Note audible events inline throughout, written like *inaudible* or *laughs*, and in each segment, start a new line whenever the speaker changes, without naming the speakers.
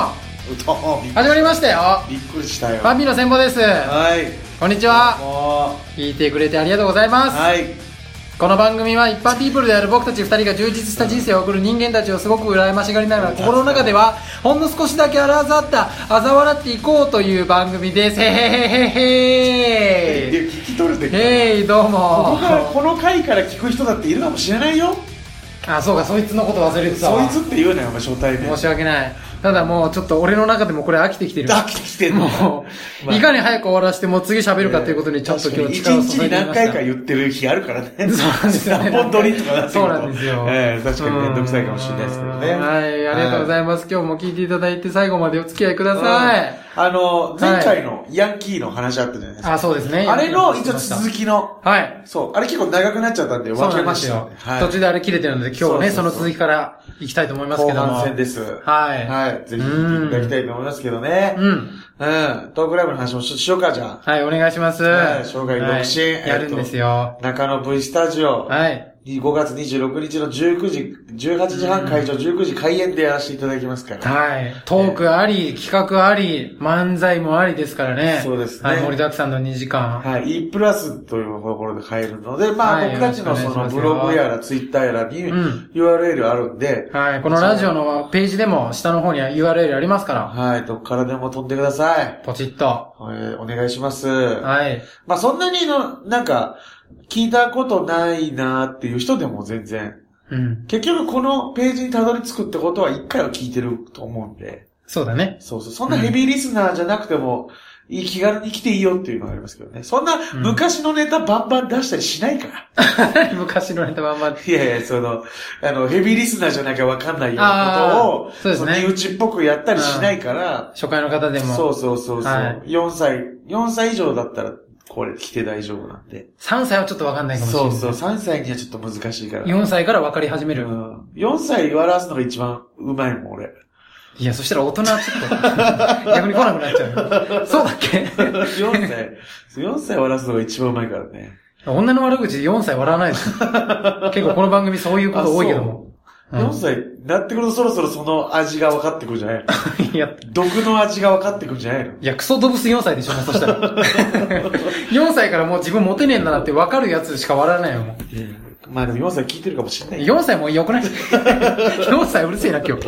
たびっ
始まりましたよ
びっくりしたよ
バンビの千保です
はい
こんにちは
あ
聞いてくれてありがとうございます、
はい
この番組は一般ピープルである僕たち二人が充実した人生を送る人間たちをすごく羨ましがりながら心の中ではほんの少しだけ荒ざった嘲笑っていこうという番組ですへへへへへ
で聞き取れてる
へいどう
こ
も
こからこの回から聞く人だっているかもしれないよ
あそうかそいつのこと忘れてた
そ
わ
いつって言うなよお前初対面
申し訳ないただもうちょっと俺の中でもこれ飽きてきてる
飽きてきてんの
もう、いかに早く終わらせてもう次喋るかということにちょっと今日力を
一日
注い
に
でみ
何
ました
回か言ってる日あるからね。
そうなんですよね
本当にとかなってくると
そうなんですよ
ええ確かに面倒くさいかもしれないですけどね。
うんはい、ありがとうござ
い
います。今日も聞いていただいて最後までお付き合いください。
あの、前回のヤンキーの話あったじゃないですか。
あ、そうですね。
あれの一応
き
続きの、
はい。
そう、あれ結構長くなっちゃったんで
そう
分
な
け
んで
ますし
よ
た。。
途中であれ切れてるので今日はね、
そそ
そうの
うそう
続きから行きたいと思います
後
けど。
半戦です。
はい
はい。ぜひ聞いていただきたいと思いますけどね。
う。ん。
うん。トークライブの話もししようか、じゃ
はい、お願いします。
はい生涯独身
はいやるんですよ。
あ。中野 V スタジオ。
はい。
5月26日の19時、18時半会場、19時開演でやらせていただきますから。
はい。トークあり、企画あり、漫才もありですからね。
そうですね
はい、盛りだくさんの2時間。
はい。E プラスというところで買えるので、まあ、
はい
僕たちのそ
よろ
の
しく
ブ
お願いしますよ
ログやらツイッターやらに
うん
URL あるんで、
はい。このラジオのページでも下の方には URL ありますから、
はい。どっからでも飛んでください。
ポチッと。
えーお願いします。
はい。
まあ、そんなにの、なんか、聞いたことないなっていう人でも全然。
うん。
結局このページにたどり着くってことは一回は聞いてると思うんで。
そうだね。 *laughs*
そうそう。そんなヘビーリスナーじゃなくても、いい気軽に来ていいよっていうのがありますけどね。そんな昔のネタバンバン出したりしないから。 *laughs*
昔のネタはあんまり。
いやいや、その、あの、ヘビーリスナーじゃなきゃわかんないようなことを
あー、そうですね
の身内っぽくやったりしないから、
初回の方でも。
そうそうそうそう、
はい
4歳、4歳以上だったら、これ来て大丈夫なんで。
3歳はちょっとわかんないかもしれ
そ
な
う
い。
そう、3歳にはちょっと難しいから。
4歳から分かり始め
う
る。
ん、4歳笑わすのが一番うまいもん、
*laughs*
俺。
いや、そしたら大人はちょ
*laughs*
っと、逆に来なくなっちゃうよ。そうだっけ
4歳、4歳笑わすのが一番うまいからね。
女の悪口4歳笑わないですよ。結構この番組そういうこと多いけども。
あ。そう4歳になってくるとそろそろその味が分かってくるんじゃないの
いや、
毒の味が分かってくるんじゃないの
いや、クソ動物4歳でしょ、もうそしたら。4歳からもう自分モテねえんだなって分かるやつしか笑わないよ、もう。
まあでも4歳聞いてるかもしれないよ。
4歳もう良くない ?4 歳うるせえな、今日。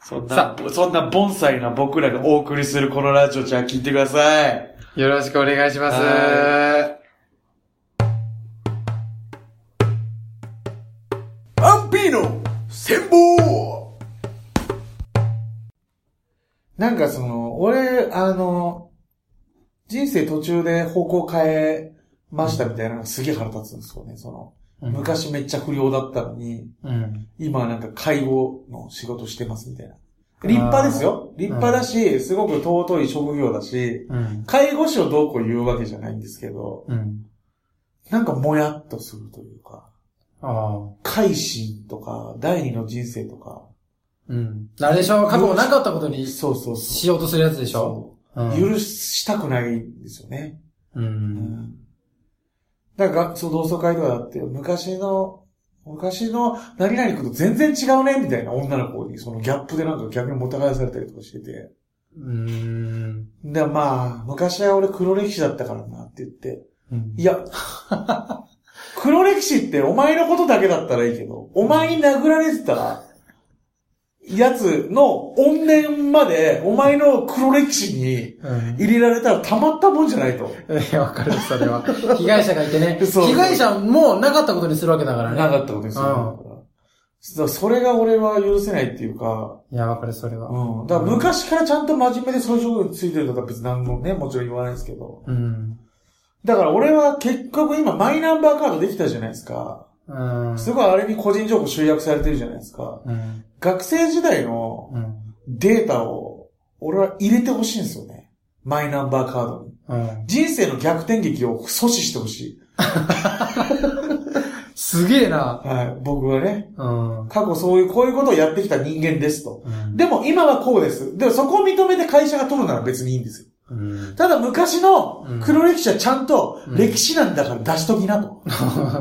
そんな
さ、
そんな盆栽な僕らがお送りするこのラジオじゃあ聞いてください。
よろしくお願いします。
はアンピーの戦法なんかその、俺、あの、人生途中で方向変えましたみたいなのがすげえ腹立つんですよね、その。
うん
昔めっちゃ不良だったのに、
うん。
今はなんか介護の仕事してますみたいな。立派ですよ。立派だし、すごく尊い職業だし、
うん。
介護士をどうこう言うわけじゃないんですけど、
うん。
なんかもやっとするというか、
ああ。
改心とか、第二の人生とか、
うん。あれでしょ過去なかったことに
そうそうそう。
しようとするやつでしょう
そう。許したくないんですよね。
う。
うんん。だから、そう、同窓会とかだって、昔の、昔の何々君と全然違うね、みたいな女の子に、そのギャップでなんか逆にもたがやされたりとかしてて。
うん。
で、まあ、昔は俺黒歴史だったからなって言って。
うん
いや、 *laughs* 黒歴史ってお前のことだけだったらいいけど、お前に殴られてたら、やつの怨念までお前の黒歴史に
うん。
入れられたらたまったもんじゃないと。
いや、わかる、それは。被害者がいてね。
そう
被害者もなかったことにするわけだからね。
なかったことですよ。だからそれが俺は許せないっていうか、
いや、わかる、それは。
うん。だから昔からちゃんと真面目でそういう職業についてるとか別に何もね、もちろん言わないですけど。
うん。
だから俺は結局今マイナンバーカードできたじゃないですか。
うん。
すごいあれに個人情報集約されてるじゃないですか。
うん。
学生時代の
うん。
データを俺は入れてほしいんですよね。マイナンバーカードに。
うん。
人生の逆転劇を阻止してほしい。
すげえな。
はい。僕はね、
うん。
過去そういう、こういうことをやってきた人間ですと。
うん
でも今はこうです。でもそこを認めて会社が取るなら別にいいんですよ。
うん。
ただ昔の黒歴史はちゃんと
うん
歴史なんだから出しときな *laughs* と。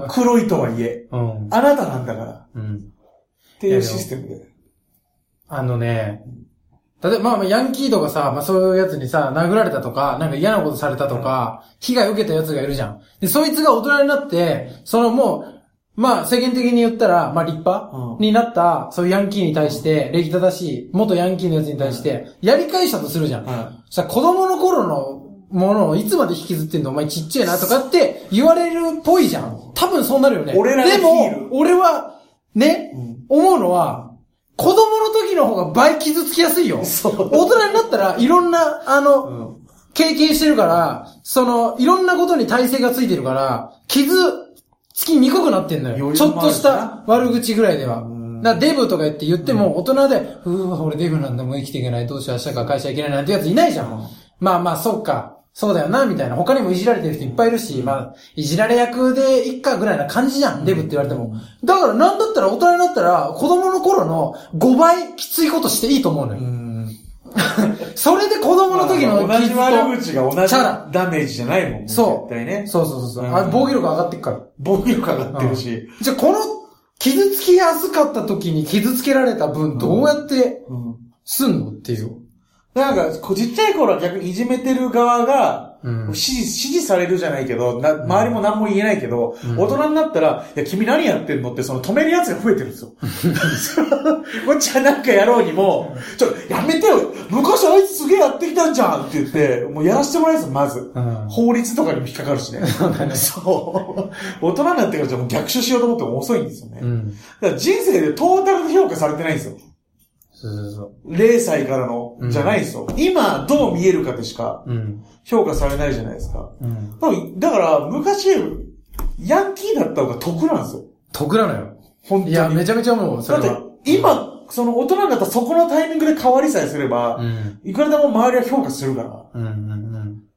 黒いとはいえ、
うん。
あなた
음.
なんだから。
うん。
っていうシステムで。
あのね、例えば、まあまあ、ヤンキーとかさ、まあそういうやつにさ、殴られたとか、なんか嫌なことされたとか、被害受けたやつがいるじゃん。で、そいつが大人になって、そのもう、まあ世間的に言ったら、まあ立
うん
派になった、そういうヤンキーに対して、礼儀正しい、元ヤンキーのやつに対して、やり返したとするじゃ
う
ん。
ん
さ、子供の頃のものをいつまで引きずってんのお前ちっちゃいなとかって言われるっぽいじゃん。多分そうなるよね。
俺らが
で
ヒー
も
ル、
俺は、ね、
うん
思うのは、子供の時の方が倍傷つきやすいよ。大
そう
人になったらいろんな、あの、
うん
経験してるから、その、いろんなことに耐性がついてるから、傷つきにくくなってんの
余裕もあ
よ。
る
ち
し
ょ
な
っとした悪口ぐらいでは
ん。
だからデブとか言って言っても、大人で、うーわ、俺デブなんだ、もう生きていけない、どうしよう、明日から会社行けないなんてやついないじゃん。まあまあ、そうか。そうだよな、みたいな。他にもいじられてる人いっぱいいるし、まあ、いじられ役でいっかぐらいな感じじゃん、デブって言われても。だから、なんだったら大人になったら、子供の頃の5倍きついことしていいと思うのよ。
うん。
それで子供の時の
まあ同
傷
じ
と
悪口が同じ
チャラ
ダメージじゃないもん。
そう。
絶対ね。
そうそうそうそう。
うん
あ防御力上がってっから。
防御力上がってるし。
じゃあ、この、傷つきやすかった時に傷つけられた分、どうやって
うん。
すんのっていう。
なんか、こうちっちゃい頃は逆にいじめてる側が、
うん
指示、指示されるじゃないけど、な周りも何も言えないけど、大人になったら、いや、君何やってんのって、その止めるやつが増えてるんです *laughs* よ。こっちはなんかやろうにも、ちょ、やめてよ昔あいつすげえやってきたんじゃんって言って、もうやらせてもらえるんですよ、まず。
うん
法律とかにも引っかかるし *laughs* ね。そう大人になってからじゃもう逆襲しようと思っても遅いんですよね。
ん。
だから人生でトータルで評価されてないんですよ。
そうそうそ
0歳からの、じゃないですよ。今、どう見えるかでしか、
う。うん。
評価されないじゃないですか。
うん。
多分だから、昔、ヤンキーだった方が得なんですよ。
得なのよ。
本当
い
に。
や、めちゃめちゃ思う、そ
だ
れ
っ
は。
て、今、その大人になったらそこのタイミングで変わりさえすれば、
うん。
いくらでも周りは評価するから。
うん、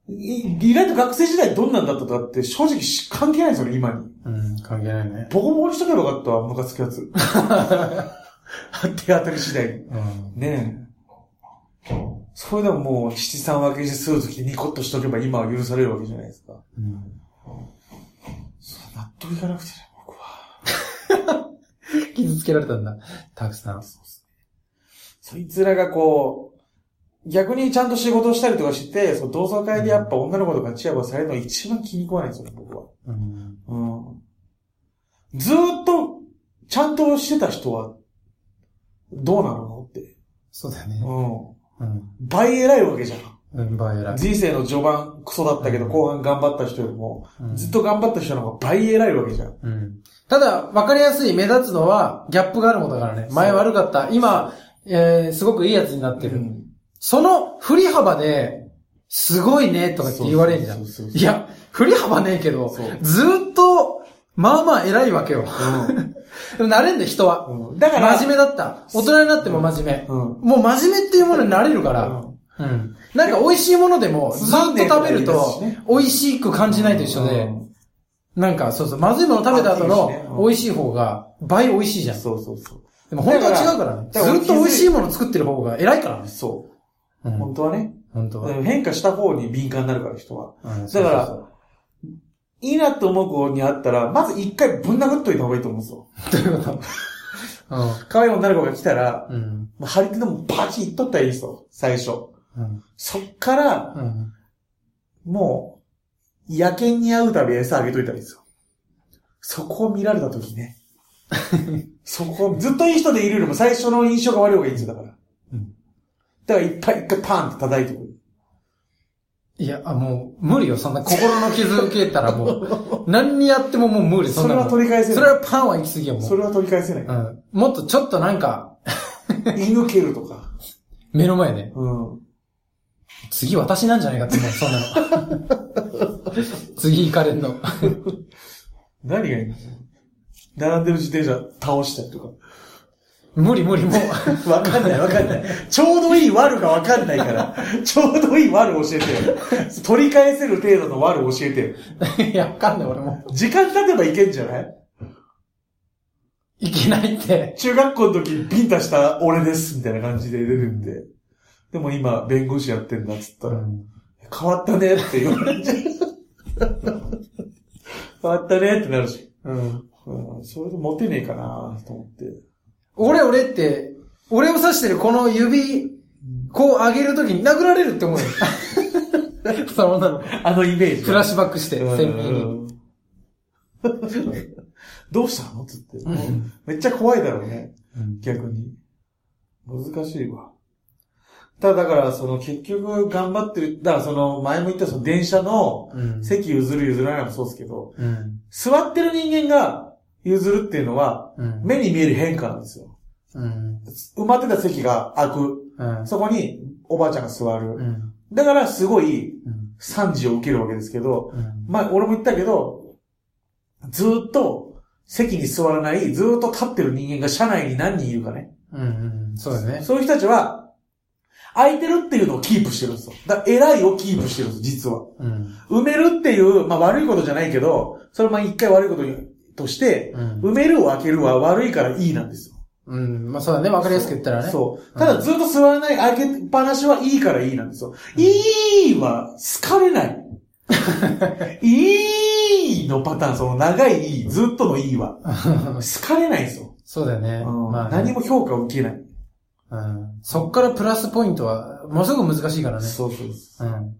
うん、
い意外と学生時代どんなんだったとかって正直し関係ないんですよね、今に。
うん。うん、関係ないね。
ボコボコにしとけばよかったわ、ムカつくやつ。手当たり次第に。
うん。
ねえ。それでももう、七三分けしてスーツ着てニコッとしとけば今は許されるわけじゃないですか。
うん。
納得いかなくてね、僕は。
傷つけられたんだ。たくさん。
そいつらがこう、逆にちゃんと仕事をしたりとかして、その同窓会でやっぱ女の子とかチヤホヤされるのが一番気に食わないんですよね、僕は。
うん。
うん。ずーっと、ちゃんとしてた人は、どうなのって。
そうだよね。
う
うん。
ん。倍偉いわけじゃん。
うん、ば偉い。
人生の序盤クソだったけど、後半頑張った人よりも、
うん
ずっと頑張った人の方が倍偉いわけじゃん。
うんただ、わかりやすい目立つのは、ギャップがあることだからね。前悪かった。今、えー、すごくいいやつになってる。
うん
その振り幅で、すごいね、とかって言われるじゃん。
そうそうそうそう
いや、振り幅ねえけど
そう、
ずーっと、まあまあ偉いわけよ。でも慣れんだよ、人は。
うんだから、
真面目だった。大人になっても真面目。
うん
もう真面目っていうものになれるから。
うん
うんなんか美味しいものでも、ずーっと食べ
つまんねえ
ると
とか言い出すしね、
美味しく感じないと一緒で、
うん
なんか、そうそう、まずいもの食べ
あい
た後
いですね
の
うん
美味しい方が倍美味しいじゃん。
そうそうそう。
でも本当は違うからね。
だから
ずっと美味しいもの作ってる方が偉いからね。
そうう。
ん、
本当はね。
本当は。
変化した方に敏感になるから、人は。
うん
だから、いいなと思う子に会ったら、まず一回ぶん殴っといた方がいいと思うんですよ。
そうそうそうどういうこと
可愛い女の子が来たら、
うん。うん。
もう張り手でもバキっとったらいいですよ、最初。
うん。
そっから、
うん。
もう、野犬に会うたび餌あげといたらいいですよ。そこを見られた時 *laughs* ね。そこ、ずっといい人でいるよりも最初の印象が悪い方がいいんですよ、だから。
うん
だからいっぱい一回パンって叩いてくる。
いや、あ、もう、無理よ。そんな心の傷受けたらも
*laughs*
う、何にやってももう無理。んなも
そ
ん
れは取り返せない
それはパンは行き過ぎよ、も。
そうれは取り返せない。
うん。もっとちょっとなんか、
犬蹴るとか。
目の前で、
うん。
次私なんじゃないかって思う、そんなの。
*laughs*
次行かれんの。
何がいいの並んでる自転車倒したりとか。
無理無理、もう。
*laughs*
*laughs*
わかんないわかんない。ちょうどいい悪がわかんない *laughs* から、ちょうどいい悪教えてよ。取り返せる程度の悪教えてよ。
いや、わかんない、俺も。
時間経てばいけんじゃない
いけないって。
中学校の時ビンタした俺ですみたいな感じで出るんで。でも今弁護士やってんだっつったら、変わったねって言われちゃう。変わったねってなるし。
うん
うん、それでモテねえかなと思って。
俺、俺って、俺を指してるこの指、こう上げるときに殴られるって思
*laughs*
うよ。その女の子。
あのイメージ。
フラッシュバックして、
うん
鮮明に。
*laughs* どうしたのつって
ん。
めっちゃ怖いだろうね。
うん
逆に。難しいわ。ただだから、その結局頑張ってる、だからその前も言ったその電車の
うん
席譲る譲らないもそうですけど、
うん。
座ってる人間が譲るっていうのは、
うん。
目に見える変化なんですよ。
うん。
埋まってた席が開く。
うん。
そこにおばあちゃんが座
う
る。
ん。
だからすごい
うん。
惨事を受けるわけですけど、
うん。
まあ、俺も言ったけど、ずーっと席に座らない、ずーっと立ってる人間が車内に何人いるかね。
うん。うんそうだね。
そういう人たちは、空いてるっていうのをキープしてるんですよ。だから、偉いをキープしてるんです、実は。
うん。
埋めるっていう、まあ悪いことじゃないけど、それも一回悪いことにとして、
うん
埋めるを開けるは悪いからいいなんですよ。
うん。まあそうだね。わかりやすく言ったらね。
そう。ただずっと座らない、開けっぱなしはいいからいいなんですよ。いいは好かれ
*laughs*
ない。いいのパターン、その長いいい、ずっとのいいは。好かれないんですよ。
*laughs* そうだよね。
うん
まあね
何も評価を受けない。
うん。そっからプラスポイントは、ものすごく難しいからね。
そうそうそう。
うん。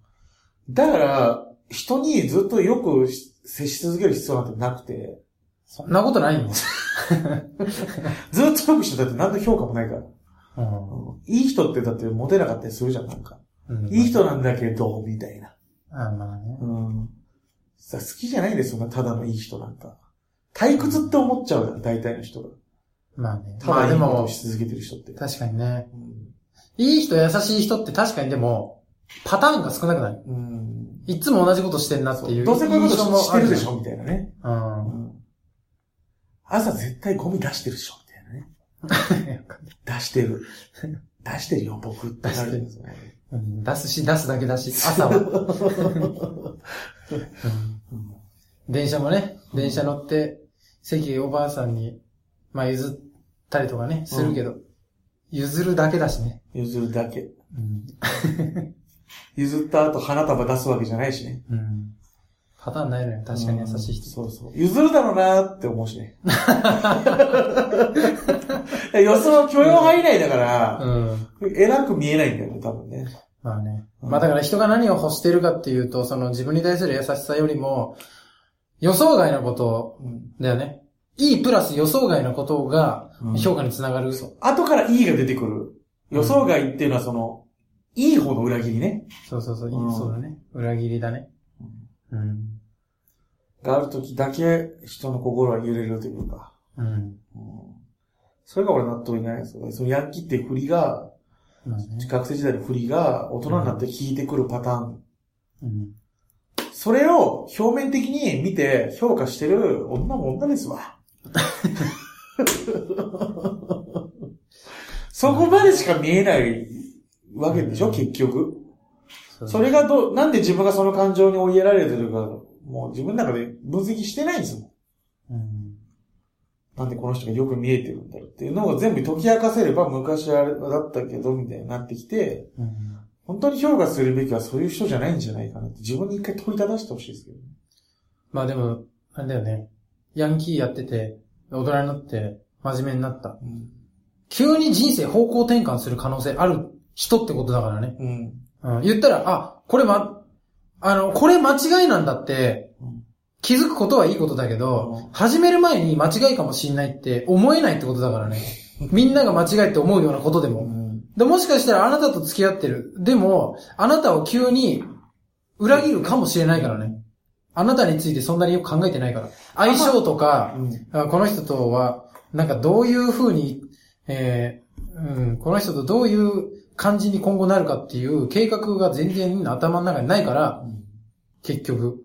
だから、人にずっとよくし接し続ける必要なんてなくて、
そんなこ
*laughs*
とないよ。
ずっとよくしてたって何の評価もないから。
うん
いい人ってだってモテなかったりするじゃん、なんか。
うん。
いい人なんだけど、みたいな。
あまあね。
うん。さ好きじゃないですよな、ただのいい人なんか。退屈って思っちゃうよ、大体の人が。
まあね。ま
た
あ
だ
で
いいことを
も、
し続けてる人って。
確かにね。
うん
いい人、優しい人って確かにでも、パターンが少なくない。
うん。
いつも同じことしてんなって
そ
いうう。
どうせこういうこと
印象も
ししてるでしょ、みたいなね。
あ
う
る
ん。朝絶対ゴミ出してるでしょ、みたいなね。
じゃん。
出してる。出してるよ、僕ってなるんですよね。
うん *laughs* 出すし、出すだけだし、朝は。うん
*laughs*
電車もね、電車乗って、席おばあさんに、まあ譲ったりとかね、するけど、譲るだけだしね。
譲るだけ。
うん
譲った後花束出すわけじゃないしね。
うんパターンないのよ。確かに優しい人。
そうそう。譲るだろうなーって思うしね。予想許容範囲内だから、
*laughs* うん。
偉く見えないんだよね、多分ね。
まあね。
うん
まあだから人が何を欲してるかっていうと、その自分に対する優しさよりも、予想外のこと
うん。
だよね。いいプラス予想外のことが
うん
評価につながる。そう
後からいいが出てくる。予想外っていうのはその、いい方の裏切りね。
そうそう、
うん
そうだね。裏切りだね。うん。
がある時だけ人の心は揺れるというか。
うん。
うんそれが俺納得いかないですよ。そのヤンキーっていう振りが、
まあね。
学生時代の振りが大人になって効いてくるパターン
うん。
それを表面的に見て評価してる女も女ですわ。そこまでしか見えないわけでしょ、結局。
そう
それがどう、なんで自分がその感情に追いやられてるか、もう自分の中で分析してないんですもん。
うん。
なんでこの人がよく見えてるんだろうっていうのを全部解き明かせれば昔あれだったけどみたいになってきて、
うん。
本当に評価するべきはそういう人じゃないんじゃないかなって自分に一回問いただしてほしいですけどね。
まあでも、あれだよね。ヤンキーやってて、大人になって、真面目になった。
うん
急に人生方向転換する可能性ある人ってことだからね。
うん。
うん、言ったら、あ、これま、あの、これ間違いなんだって
うん、
気づくことはいいことだけ
う
ど
ん、
始める前に間違いかもしんないって思えないってことだからね。みんなが間違いって思うようなことで
う
も。
ん
でもしかしたらあなたと付き合ってる。でも、あなたを急に裏切るかもしれないからね。あなたについてそんなによく考えてないから。相性とか、
うん
あこの人とは、なんかどういう風に、えーうん、この人とどういう感じに今後なるかっていう計画が全然頭の中にないから、結局。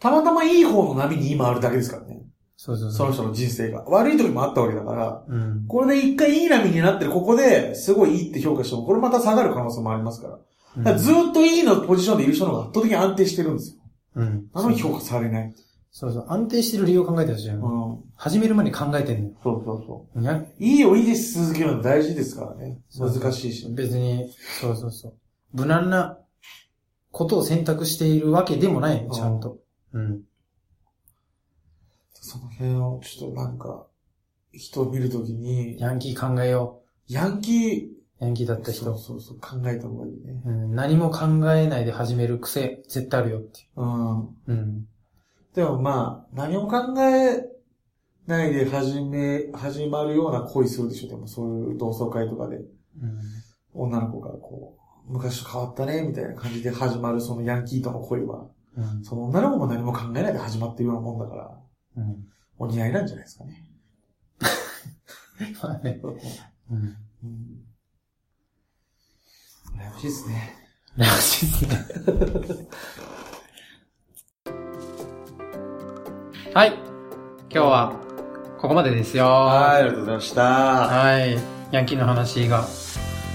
たまたまいい方の波に今あるだけですからね。
そうそう
そ
そう。
の人の人生が。悪い時もあったわけだから、
うん。
これで一回いい波になってる、ここですごいいいって評価しても、これまた下がる可能性もありますから。だから *laughs* ずっといいのポジションでいる人の方が圧倒的に安定してるんですよ。
うん。
なのに評価されない。
そうそう。安定してる理由を考えてほしいよ
うん
ね。。始める前に考えてんのよ
そうそうそ
いや。
う。いいをいいです続けるの大事ですからね。難しいし。
別に、そうそうそう。無難なことを選択しているわけでもないよ、ちゃんと。うん。
その辺を、ちょっとなんか、人を見るときに、
ヤンキー考えよ
ヤンキー、
ヤンキーだった人。
そうそうそう、考えた方がいいね。
うん、何も考えないで始める癖、絶対あるよってい
うん。
う。うん。
でもまあ、何も考えないで始め、始まるような恋するでしょ。でもそういう同窓会とかで、
うん。
女の子がこう、昔と変わったね、みたいな感じで始まるそのヤンキーとの恋は、
うん。
その女の子も何も考えないで始まってるようなもんだから、
うん。
お似合いなんじゃないですかね。
まあね。うん。
うん。羨ましいですね。
らしいですね。はい。今日は、ここまでですよ。
はい、ありがとうございました。
はい。ヤンキーの話が。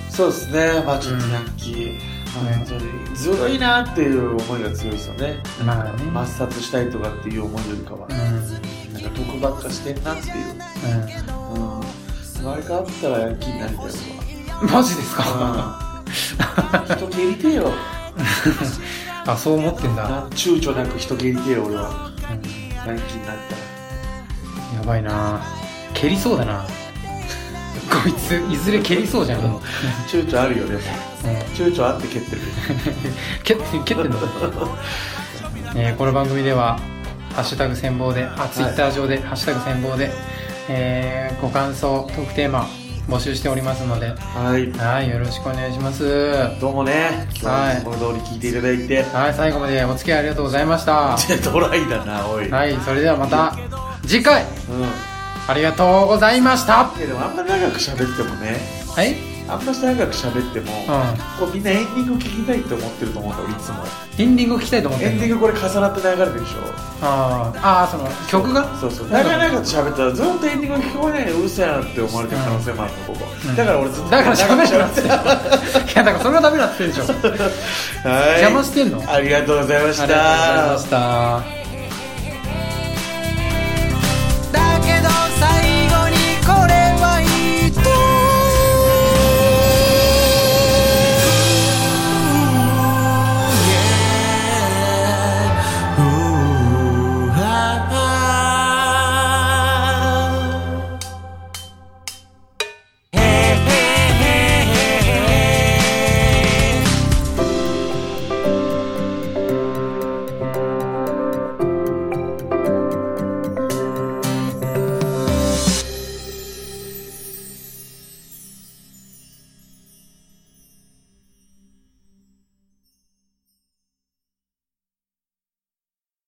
そうですね、まあちょっとヤンキー、
うん
はいちょっとずるいなっていう思いが強いですよね。
まあね。
抹殺したいとかっていう思いよりかは、
う
なん
ん。
か得ばっかしてんなっていう。うん。生まれ変わったらヤンキーになりたいと
うん。マジですか、
か。うん。人蹴りてえよ。
あ、そう思ってんだ。
なん躊躇なく人蹴りてえよ、俺は。
うん
ヤンキーになっ
やばいな蹴りそうだな。こいつ、いずれ蹴りそうじゃん。もう
たら。躊躇あるよ、でも。
うん
躊躇あって蹴ってる。
蹴って、蹴ってんのえーこの番組では、ハッシュタグ戦望で、あ、ツイッター上で、ハッシュタグ戦望で、えーご感想、トークテーマ、募集しておりますので、
はい。
はい、よろしくお願いします。は
どうもね、
はい
この通り聞いていただいて。 *laughs*
い、最後までお付き合いありがとうございました。
ドライだな、おい。
はい、それではまた、次回、
うん。
ありがとうございました。
いや、でもあんま長く喋ってもね、
はい
あんま長く喋っても、
う
こうみんなエンディング聞きたいと思ってると思うんだ、俺いつも。
ん。エンディング聞きたいと思って
エンディン
グ
グこれ重なって流れてるでしょ
あーあー、その、曲が
そうそう長々と喋ったらずっとエンディング聞こえないでうるせえなって思われてる可能性もあるのここ、
うん
だから俺ずっと
だから喋るなって。い
長く
や、だからそれはダメだって言ってるでしょ。
はい
邪魔してんの
ありがとうございました
ありがとうございました。